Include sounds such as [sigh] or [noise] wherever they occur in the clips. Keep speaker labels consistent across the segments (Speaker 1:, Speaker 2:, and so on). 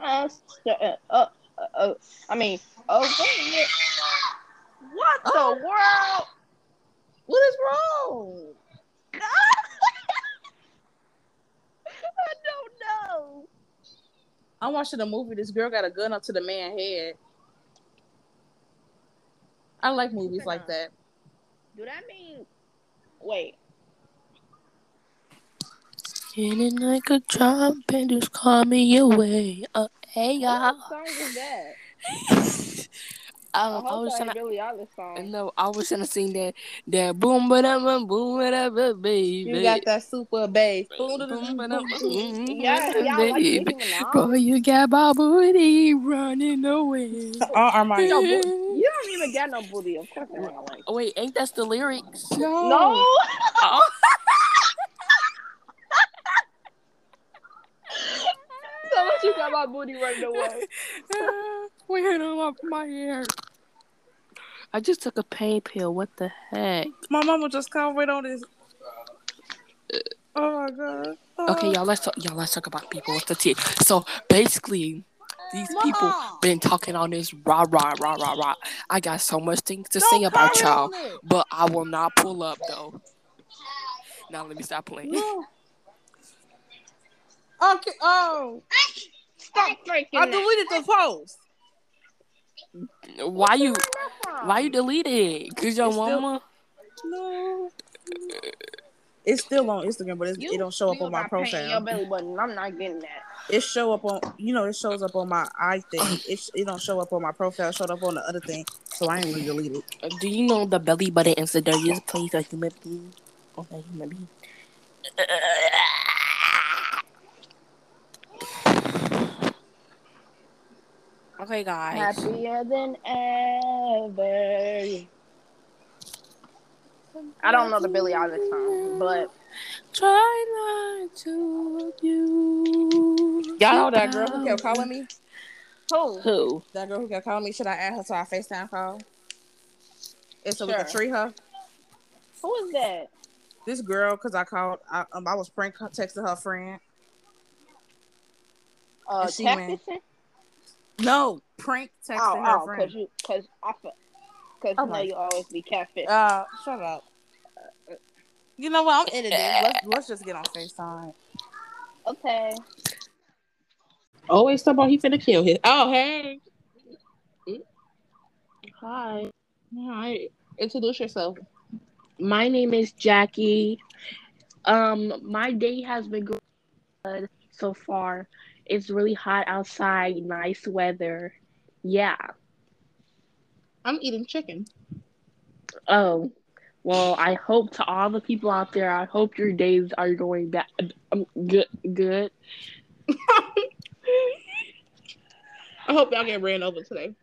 Speaker 1: ass to, uh, uh, uh, I mean, uh, wait a minute. What
Speaker 2: Oh.
Speaker 1: the world? What is wrong? [laughs] I don't know.
Speaker 2: I'm watching a movie. This girl got a gun up to the man head. I like movies like that.
Speaker 1: Do that mean? Wait.
Speaker 3: Feeling like a jump and just call me away. Uh, hey y'all.
Speaker 1: What song is
Speaker 3: [laughs]
Speaker 1: that? I
Speaker 3: Um, I
Speaker 1: hope
Speaker 3: was
Speaker 1: that
Speaker 3: trying
Speaker 1: ain't Billie Eilish song.
Speaker 3: no, I was trying to sing that that boom but I'm a boom but I'm a baby.
Speaker 2: that super bass.
Speaker 3: boom but
Speaker 1: [laughs]
Speaker 3: I'm a boom
Speaker 1: Yeah, y'all like Nicki
Speaker 3: [laughs] baby.
Speaker 1: Minaj.
Speaker 3: Boy, you got my booty
Speaker 1: [laughs]
Speaker 3: running away.
Speaker 1: Uh, Yo, boo- You don't even get no booty. Of course, I don't like.
Speaker 3: Oh, Wait, ain't that's the lyrics?
Speaker 1: No.
Speaker 3: [laughs]
Speaker 1: [laughs]
Speaker 3: Oh,
Speaker 1: So much you got my booty running away.
Speaker 3: wait on my, my hair. I just took a pain pill. What the heck?
Speaker 2: My mama just can't wait on this. Oh my god.
Speaker 3: Okay, y'all. Let's talk, y'all. Let's talk about people with the tea. So basically, these people been talking on this rah rah rah rah rah. I got so much things to say about y'all, but I will not pull up though. Now let me stop playing.
Speaker 2: [laughs] Okay. Oh,
Speaker 1: Stop drinking.
Speaker 2: I
Speaker 1: that.
Speaker 2: deleted the post.
Speaker 3: [laughs] Why you? Why you delete it? Cause your
Speaker 2: It's still-
Speaker 3: mama.
Speaker 2: No. It's still on Instagram, but it's,
Speaker 1: You-
Speaker 2: it don't show up
Speaker 1: you
Speaker 2: on my
Speaker 1: got pain in Your
Speaker 2: profile.
Speaker 1: belly button. I'm not getting that.
Speaker 2: It show up on you know it shows up on my i thing. It sh- it don't show up on my profile. It showed up on the other thing, so I ain't really deleted. it.
Speaker 3: Do you know the belly button is the dirtiest place a human being? On a human being. Okay, guys.
Speaker 1: Happier than ever. I don't know the Billie Eilish song, but
Speaker 3: Try not to abuse.
Speaker 2: Y'all know that girl who kept calling me.
Speaker 1: who?
Speaker 3: Who?
Speaker 2: That girl who kept calling me. Should I add her to our Facetime call? It's so we can
Speaker 1: Sure.
Speaker 2: treat her.
Speaker 1: Who is that?
Speaker 2: This girl, cause I called. I, um, I was prank texting her friend.
Speaker 1: Uh,
Speaker 2: Is she wearing-
Speaker 1: tactician?
Speaker 2: No, prank texting her
Speaker 1: Oh, oh,
Speaker 2: friend.
Speaker 1: cause you, cause I, fe- cause
Speaker 2: Oh
Speaker 1: you know
Speaker 2: my-
Speaker 1: you always be catfish.
Speaker 2: Uh, shut up. You know what? I'm editing. Let's let's just get on Facetime.
Speaker 1: okay.
Speaker 3: Always talk about he finna kill his. Oh, hey. Hi. Hi. Introduce yourself.
Speaker 4: My name is Jackie. Um, my day has been good so far. It's really hot outside, nice weather. Yeah.
Speaker 3: I'm eating chicken.
Speaker 4: Oh, well, I hope to all the people out there, I hope your days are going back um, good. Good.
Speaker 3: I hope y'all get ran over today.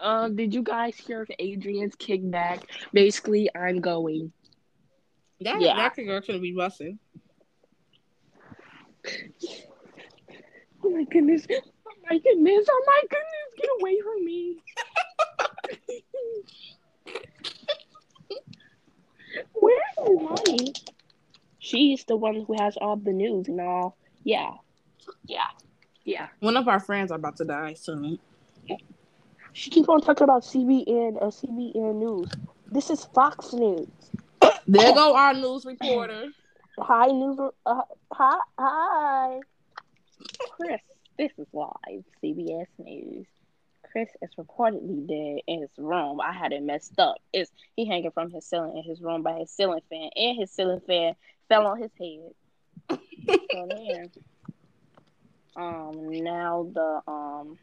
Speaker 4: um, did you guys hear of Adrian's kickback? Basically, I'm going.
Speaker 3: That
Speaker 4: Yeah.
Speaker 3: that girl should be busting.
Speaker 4: Oh my goodness. Oh my goodness. Oh my goodness. Get away from me. [laughs] Where's Imani? She's the one who has all the news and all. Yeah. Yeah. Yeah.
Speaker 2: One of our friends are about to die soon.
Speaker 4: She keeps on talking about CBN or CBN News. This is Fox News.
Speaker 3: There go our news
Speaker 4: [laughs]
Speaker 3: reporter.
Speaker 4: Hi, news. Uh, hi, hi. Chris, this is live CBS News. Chris is reportedly dead in his room. I had it messed up. It's he hanging from his ceiling in his room by his ceiling fan, and his ceiling fan fell on his head. [laughs] so there. Um, now the um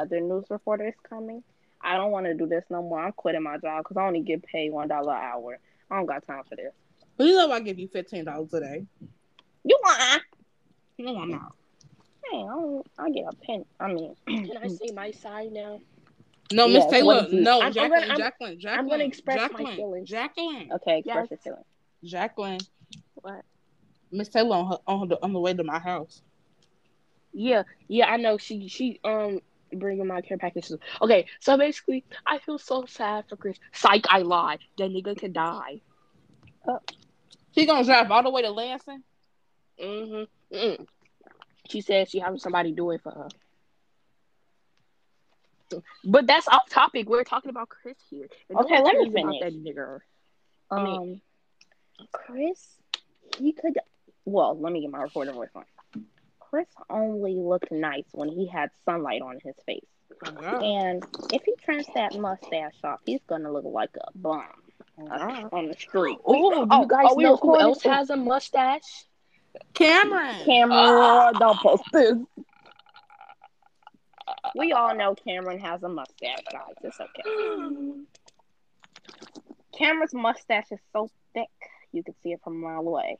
Speaker 4: other news reporter is coming. I don't want to do this no more. I'm quitting my job because I only get paid one dollar an hour. I don't got time for this.
Speaker 2: But you know I give you fifteen dollars today.
Speaker 4: You lying?
Speaker 2: No, I'm not.
Speaker 1: Dang, I, don't, I get a pen. I
Speaker 4: [clears throat]
Speaker 1: mean,
Speaker 4: Can I say my side now?
Speaker 3: No, Miss
Speaker 1: Yes,
Speaker 3: Taylor.
Speaker 1: what is it?
Speaker 3: No,
Speaker 4: I'm- I'm
Speaker 3: Jacqueline,
Speaker 4: gonna- I'm-
Speaker 3: Jacqueline, Jacqueline.
Speaker 4: I'm gonna express my
Speaker 3: Jacqueline,
Speaker 4: feelings.
Speaker 3: Jacqueline.
Speaker 1: okay, express your
Speaker 4: Yes.
Speaker 1: feelings.
Speaker 2: Jacqueline.
Speaker 4: What?
Speaker 2: Miss Taylor on her on, the, on the way to my house.
Speaker 4: Yeah, yeah, I know. She she um bringing my care packages. Okay, so basically, I feel so sad for Chris. Psych, I lied. That nigga could die.
Speaker 2: She gonna drive all the way to Lansing.
Speaker 4: Mm-hmm. Mm. She said she having somebody do it for her. But that's off topic. We're talking about Chris here. And
Speaker 1: Okay,
Speaker 4: don't
Speaker 1: let me
Speaker 4: tease about
Speaker 1: finish.
Speaker 4: that nigger.
Speaker 1: Um,
Speaker 4: mean-
Speaker 1: Chris, he could. Well, let me get my recording voice on. Chris only looked nice when he had sunlight on his face,
Speaker 2: Oh, God.
Speaker 1: and if he trims that mustache off, he's gonna look like a bum
Speaker 2: Oh,
Speaker 1: on
Speaker 2: God.
Speaker 1: on the street.
Speaker 4: Oh, do
Speaker 1: Oh,
Speaker 4: Uh-huh. you guys
Speaker 1: are we
Speaker 4: know who
Speaker 1: recording?
Speaker 4: else has a mustache?
Speaker 2: Cameron.
Speaker 1: Cameron, don't post this. Ah. We all know Cameron has a mustache, guys. It's okay. Cameron's mustache is so thick, you can see it from a mile away.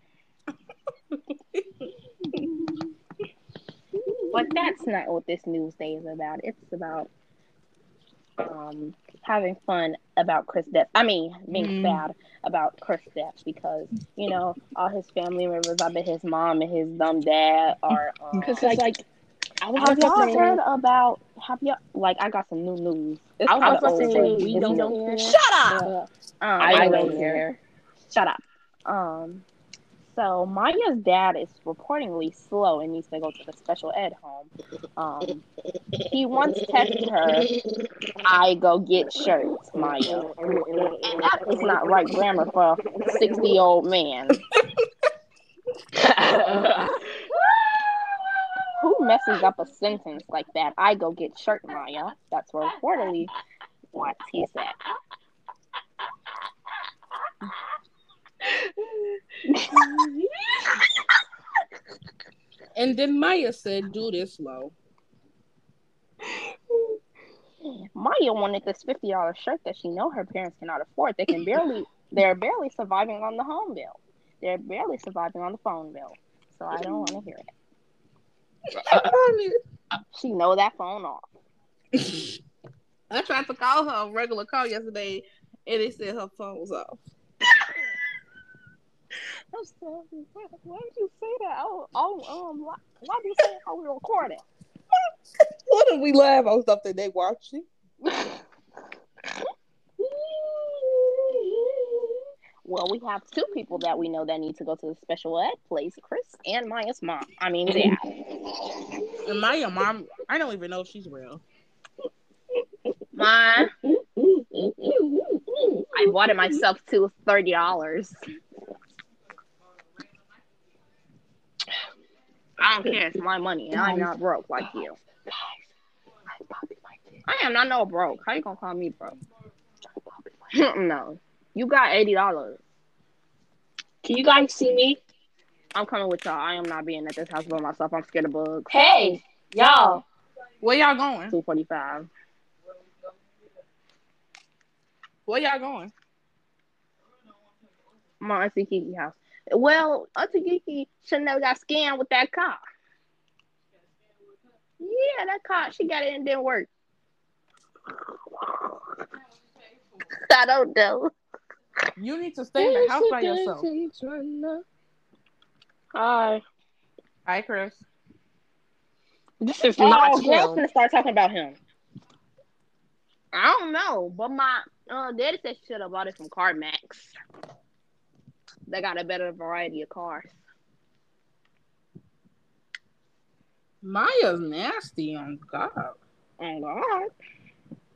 Speaker 1: but that's not what this news day is about. It's about um, having fun about Chris Depp. I mean,
Speaker 5: Mm.
Speaker 1: being sad about Chris Depp because you know all his family members. I bet his mom and his dumb dad are. Um,
Speaker 4: Because it's like, I was
Speaker 1: have
Speaker 4: about
Speaker 1: y'all
Speaker 4: to say,
Speaker 1: heard about? Have y'all like? I got some new news. It's
Speaker 4: I was
Speaker 1: kinda
Speaker 4: about to
Speaker 1: old,
Speaker 4: say,
Speaker 1: but
Speaker 4: we
Speaker 1: it's
Speaker 4: don't
Speaker 1: new.
Speaker 4: care.
Speaker 1: Shut up! Um,
Speaker 4: I don't care.
Speaker 1: Shut up. Um, so Maya's dad is reportedly slow and needs to go to the special ed home. Um, he once texted her, "I go get shirts, Maya," and that is not right grammar for a sixty-year-old
Speaker 4: [laughs]
Speaker 1: man. Who messes up a sentence like that? I go get shirt, Maya. That's reportedly what he said.
Speaker 3: And then Maya said, "Do this slow."
Speaker 1: Maya wanted this fifty dollar shirt that she know her parents cannot afford. They can barely they're barely surviving on the home bill. They're barely surviving on the phone bill. So I don't want to hear it. She know that phone off.
Speaker 3: I tried to call her a regular call yesterday, and they said her phone was off.
Speaker 1: I'm sorry. Why, why did you say that? Oh, oh um, why, why did you say how we recording?
Speaker 3: What did we laugh on stuff that they watching?
Speaker 1: Well, we have two people that we know that need to go to the special ed place: Chris and Maya's mom. I mean, dad.
Speaker 2: And Maya, mom, I don't even know if she's real.
Speaker 1: Ma, I bought it myself to thirty dollars. I don't care. It's my money, and I'm not broke like you. I am not no broke. How you gonna call me broke? [laughs] no, you got eighty dollars.
Speaker 4: Can you guys see me?
Speaker 1: I'm coming with y'all. I am not being at this house by myself. I'm scared of bugs.
Speaker 4: Hey, y'all.
Speaker 3: Where y'all going?
Speaker 1: Two forty-five.
Speaker 3: Where y'all going?
Speaker 1: My Auntie Kiki house. Well, Auntie Kiki should never got scammed with that car. Yeah, that car. She got it and it didn't work. I don't know.
Speaker 2: You need to stay in the house by yourself.
Speaker 4: Hi.
Speaker 2: Hi, Chris.
Speaker 4: This is
Speaker 1: Oh,
Speaker 4: not
Speaker 1: girl's
Speaker 4: him.
Speaker 1: gonna start talking about him. I don't know, but my uh, daddy said she should have bought it from CarMax. They got a better variety of cars.
Speaker 3: Maya's nasty on God.
Speaker 1: Oh God!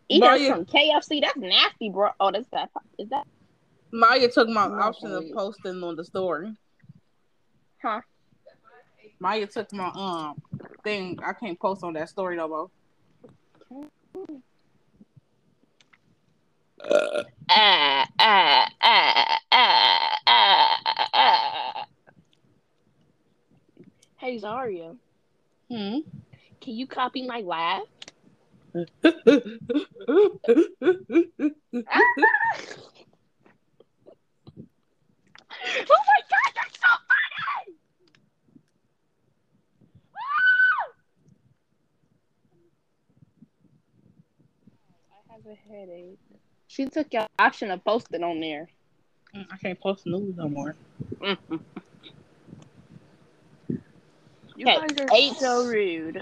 Speaker 1: Eat
Speaker 3: Bro,
Speaker 1: her
Speaker 3: you-
Speaker 1: from KFC. That's nasty, bro. Oh, that's that. Is that?
Speaker 3: Maya took my
Speaker 1: Oh,
Speaker 3: option of
Speaker 1: wait.
Speaker 3: posting on the story.
Speaker 1: Huh.
Speaker 3: Maya took my um thing. I can't post on that story no more.
Speaker 1: Ah, ah, ah, ah, ah, ah.
Speaker 4: Hey, Zaria.
Speaker 3: [laughs] Hmm.
Speaker 4: Can you copy my laugh? oh my god, that's so funny!
Speaker 1: I have a headache. She took your option to post it on there.
Speaker 3: I can't post news no more.
Speaker 4: You
Speaker 1: Okay,
Speaker 4: guys are
Speaker 1: eight.
Speaker 4: so rude.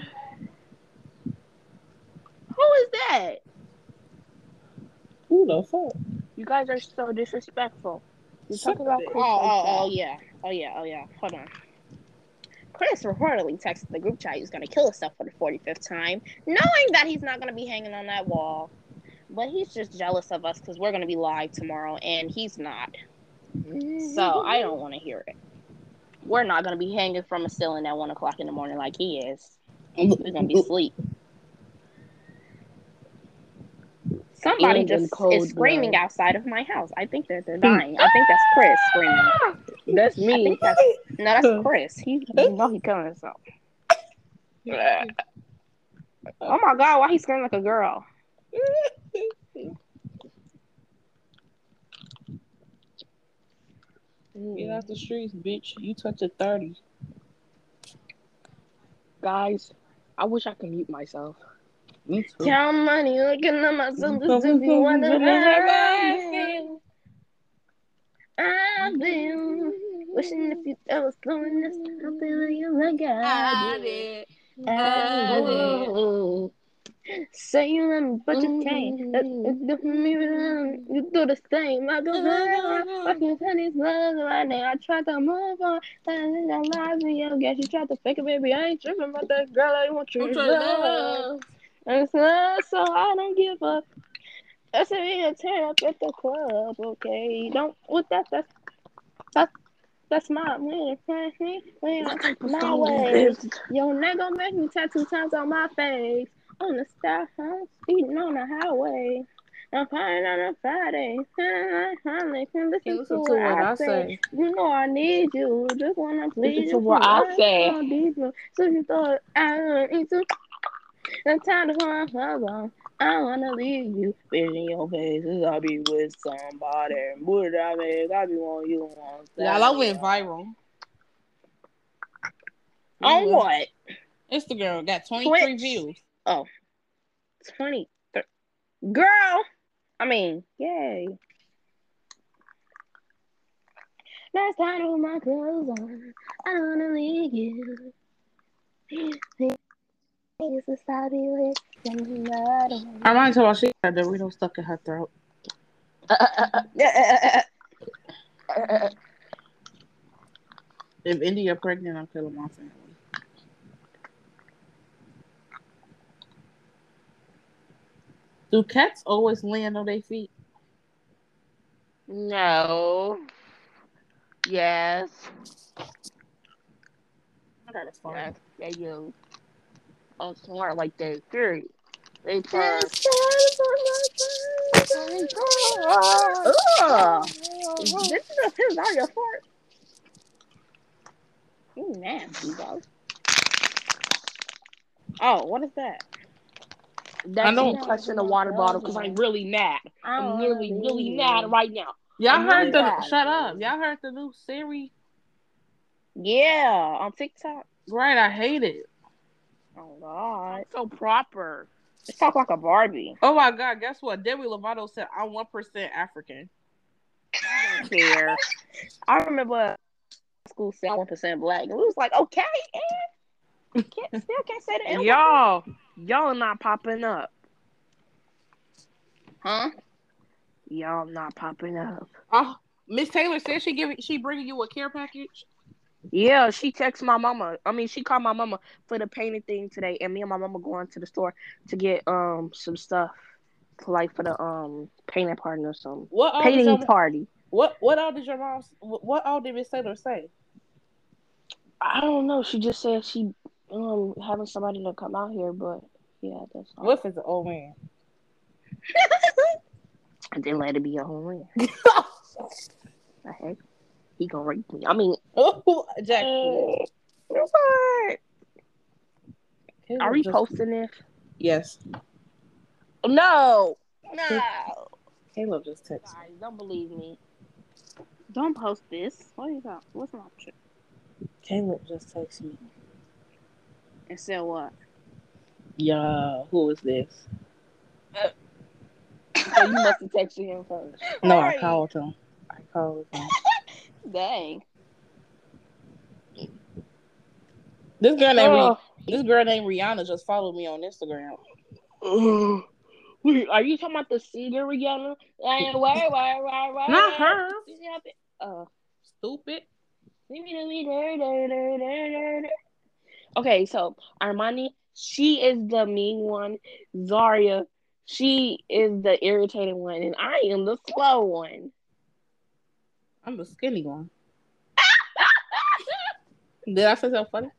Speaker 1: Who is that?
Speaker 3: Who the fuck?
Speaker 4: You guys are so disrespectful. You talk
Speaker 3: Suck
Speaker 4: about
Speaker 3: dick.
Speaker 4: Chris
Speaker 1: Oh,
Speaker 4: like
Speaker 1: oh,
Speaker 4: that.
Speaker 1: oh, yeah. Oh, yeah, oh, yeah. Hold on. Chris reportedly texted the group chat he's going to kill himself for the 45th time, knowing that he's not going to be hanging on that wall. But he's just jealous of us because we're going to be live tomorrow and he's not. So I don't want to hear it. We're not going to be hanging from a ceiling at 1 o'clock in the morning like he is. We're going to be asleep. Somebody
Speaker 4: Even in
Speaker 1: just
Speaker 4: cold
Speaker 1: is screaming
Speaker 4: blood.
Speaker 1: outside of my house. I think that they're dying. I think that's Chris screaming.
Speaker 4: oh. That's
Speaker 1: I
Speaker 4: me.
Speaker 1: think that's no, that's Chris. He you know he killing himself. Oh my god, why he screaming like a girl?
Speaker 3: Get out the streets, bitch. You touch a 30.
Speaker 4: Guys, I wish I could mute myself.
Speaker 3: Me too.
Speaker 1: Tell money looking at myself
Speaker 3: Don't
Speaker 1: this if you wanna
Speaker 3: look at me.
Speaker 1: know I've been wishing if you ever doing this, I'll be like you like I
Speaker 3: I
Speaker 1: did.
Speaker 3: did.
Speaker 1: I did. Say you love me, but you
Speaker 4: Mm.
Speaker 1: can't. That- that- that for me, um, You do the same. I go fucking tennis love right now. I try to move on. I lies in your guess. You tried to fake it, baby. I ain't tripping about that girl. I want your
Speaker 3: What's your
Speaker 1: love. It's love, so I don't give up. I said we gonna tear up at the club, okay? Don't with that. That's that's that's my winner. My way. Yo, nigga make me tattoo times on my face. On the side, I'm speeding on the highway. I'm flying on a Friday. I can listen,
Speaker 3: Listen
Speaker 1: to, what I say. You know I need you. Just wanna please
Speaker 4: to what
Speaker 1: you.
Speaker 4: I
Speaker 1: ain't
Speaker 4: say.
Speaker 1: gonna leave you. So you thought I don't need to. I'm tired of going alone. I wanna leave you. Bitch in your face. I'll be with somebody. What I make? I be on you on
Speaker 3: Y'all, I went viral.
Speaker 1: On what?
Speaker 3: Instagram got 23
Speaker 1: Twitch.
Speaker 3: views.
Speaker 1: 23. Girl, I mean, yay. Last night with my clothes on, I don't wanna leave you. It's a side with somebody.
Speaker 3: I might tell her she got Dorito stuck in her throat. If India pregnant, I'm killing my family. Do cats always land on their feet?
Speaker 4: No. Yes.
Speaker 3: I got a phone.
Speaker 4: Yes, they do. Oh, smart like they agree. They purr.
Speaker 1: Ugh. This is a piss out your fart. You nasty dog. Oh, what is that?
Speaker 4: That's
Speaker 3: I know.
Speaker 4: me touching the water bottle because I'm really mad. I'm really, really mad right now.
Speaker 3: Y'all
Speaker 4: I'm really
Speaker 3: heard the
Speaker 4: bad.
Speaker 3: shut up. Y'all heard the new Siri?
Speaker 1: Yeah, on TikTok.
Speaker 3: Right, I hate it.
Speaker 1: Oh God,
Speaker 4: I'm so proper.
Speaker 1: just talk like a Barbie.
Speaker 3: Oh my god, guess what? Demi Lovato said I'm one percent African.
Speaker 1: I don't
Speaker 4: [laughs]
Speaker 1: care. I remember school said one percent black, and we was like, okay, and can't, still can't say the N word,
Speaker 4: Y'all, y'all not popping up.
Speaker 1: huh?
Speaker 4: Y'all not popping up.
Speaker 3: Oh, Miss Taylor said she giving she bringing you a care package.
Speaker 4: Yeah, she texted my mama. I mean, she called my mama for the painting thing today, and me and my mama going to the store to get um some stuff, for, like for the um painting party or something.
Speaker 3: What um, all did
Speaker 4: Painting
Speaker 3: your,
Speaker 4: party.
Speaker 3: what what all did your mom what, what all did Miss Taylor say?
Speaker 4: I don't know. She just said she um having somebody to come out here, but yeah, that's all.
Speaker 3: Wolf is an old man. [laughs]
Speaker 4: And then let it be your own [laughs] land. The heck? He gonna rape me. I mean,
Speaker 3: Oh, Jack.
Speaker 4: Mm, what? Are we
Speaker 3: Just-
Speaker 4: posting this?
Speaker 3: Yes.
Speaker 4: No.
Speaker 1: No,
Speaker 3: Caleb just texted.
Speaker 4: Guys, don't believe me.
Speaker 1: don't post this. What is that? What's my option?
Speaker 3: Caleb just texted me.
Speaker 1: And said what?
Speaker 3: Yeah, who is this?
Speaker 4: So you must have texted him first.
Speaker 3: No, I
Speaker 1: Right.
Speaker 3: called him. I called him.
Speaker 1: Dang.
Speaker 3: This girl named Rih-
Speaker 4: Oh.
Speaker 3: this girl named Rihanna just followed me on Instagram.
Speaker 4: Ugh. [sighs] Wait, are you talking about the singer Rihanna? Like, why, why, why, why?
Speaker 3: Not her.
Speaker 4: Stop it. Uh,
Speaker 3: Stupid.
Speaker 4: leave me to me, there, there, there, there, there, there. Okay, so Armani, she is the mean one. Zaria, she is the irritating one, and I am the slow one.
Speaker 3: I'm the skinny one. [laughs] Did I say something funny?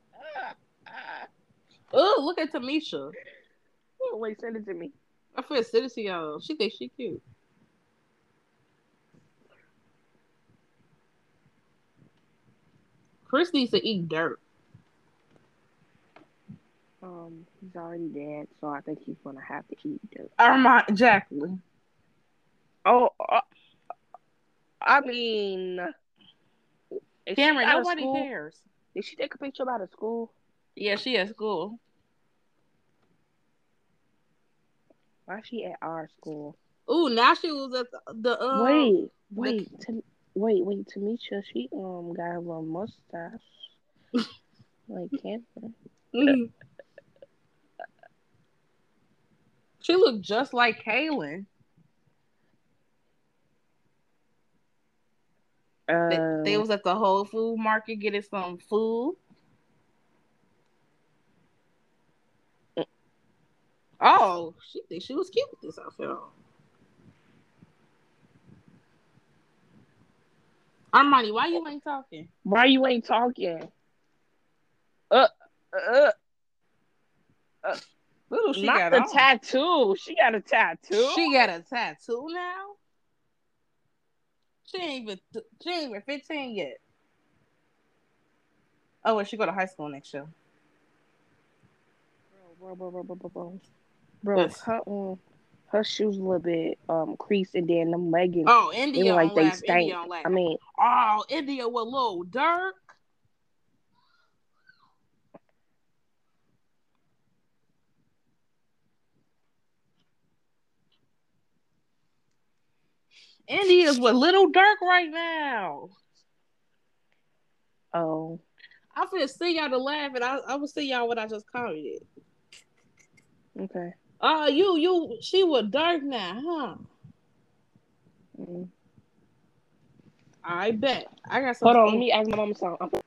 Speaker 3: Oh, look at Tamisha.
Speaker 4: Oh, Wait, send it to me.
Speaker 3: I feel send it to y'all. She thinks she cute. Chris needs to eat dirt.
Speaker 4: Um, he's already dead, so I think he's gonna have to eat dirt.
Speaker 3: Armand Jacqueline.
Speaker 4: Oh, uh, I mean, is she
Speaker 3: Cameron,
Speaker 4: out of
Speaker 3: nobody
Speaker 4: school?
Speaker 3: cares.
Speaker 4: Did she take a picture about a school?
Speaker 3: Yeah, she at school.
Speaker 4: Why is she at our school?
Speaker 3: Ooh, now she was at the, the um,
Speaker 4: wait, wait, Tam- wait, wait. Tamisha, she um got a little mustache, like Cameron.
Speaker 3: Mhm. she looked just like Kaylin. They,
Speaker 4: Uh,
Speaker 3: they was at the Whole Food Market getting some food. Oh, she thinks she was cute with this outfit on. Armani, why you ain't talking?
Speaker 4: why you ain't talking? Uh, uh,
Speaker 3: Little she
Speaker 4: not
Speaker 3: got
Speaker 4: the
Speaker 3: on.
Speaker 4: tattoo. She got a tattoo.
Speaker 3: She got a tattoo now. She ain't even she ain't even fifteen yet. Oh, well, she go to high school next year.
Speaker 4: bro, bro, bro, bro, bro, bro. Bro,
Speaker 3: Yes.
Speaker 4: her, um, her shoes a little bit um creased, and then them leggings.
Speaker 3: Oh, India
Speaker 4: They
Speaker 3: on
Speaker 4: like they
Speaker 3: lap,
Speaker 4: stank.
Speaker 3: India on lap.
Speaker 4: I mean,
Speaker 3: oh, India with Lil Dirk. India's with Little Dirk right now.
Speaker 4: oh,
Speaker 3: I finna see y'all to laugh, and I, I will see y'all what I just commented.
Speaker 4: okay.
Speaker 3: Oh, you, you, she was dark now, huh?
Speaker 4: Mm.
Speaker 3: I bet. I got some.
Speaker 4: Hold on, let me ask my mom something.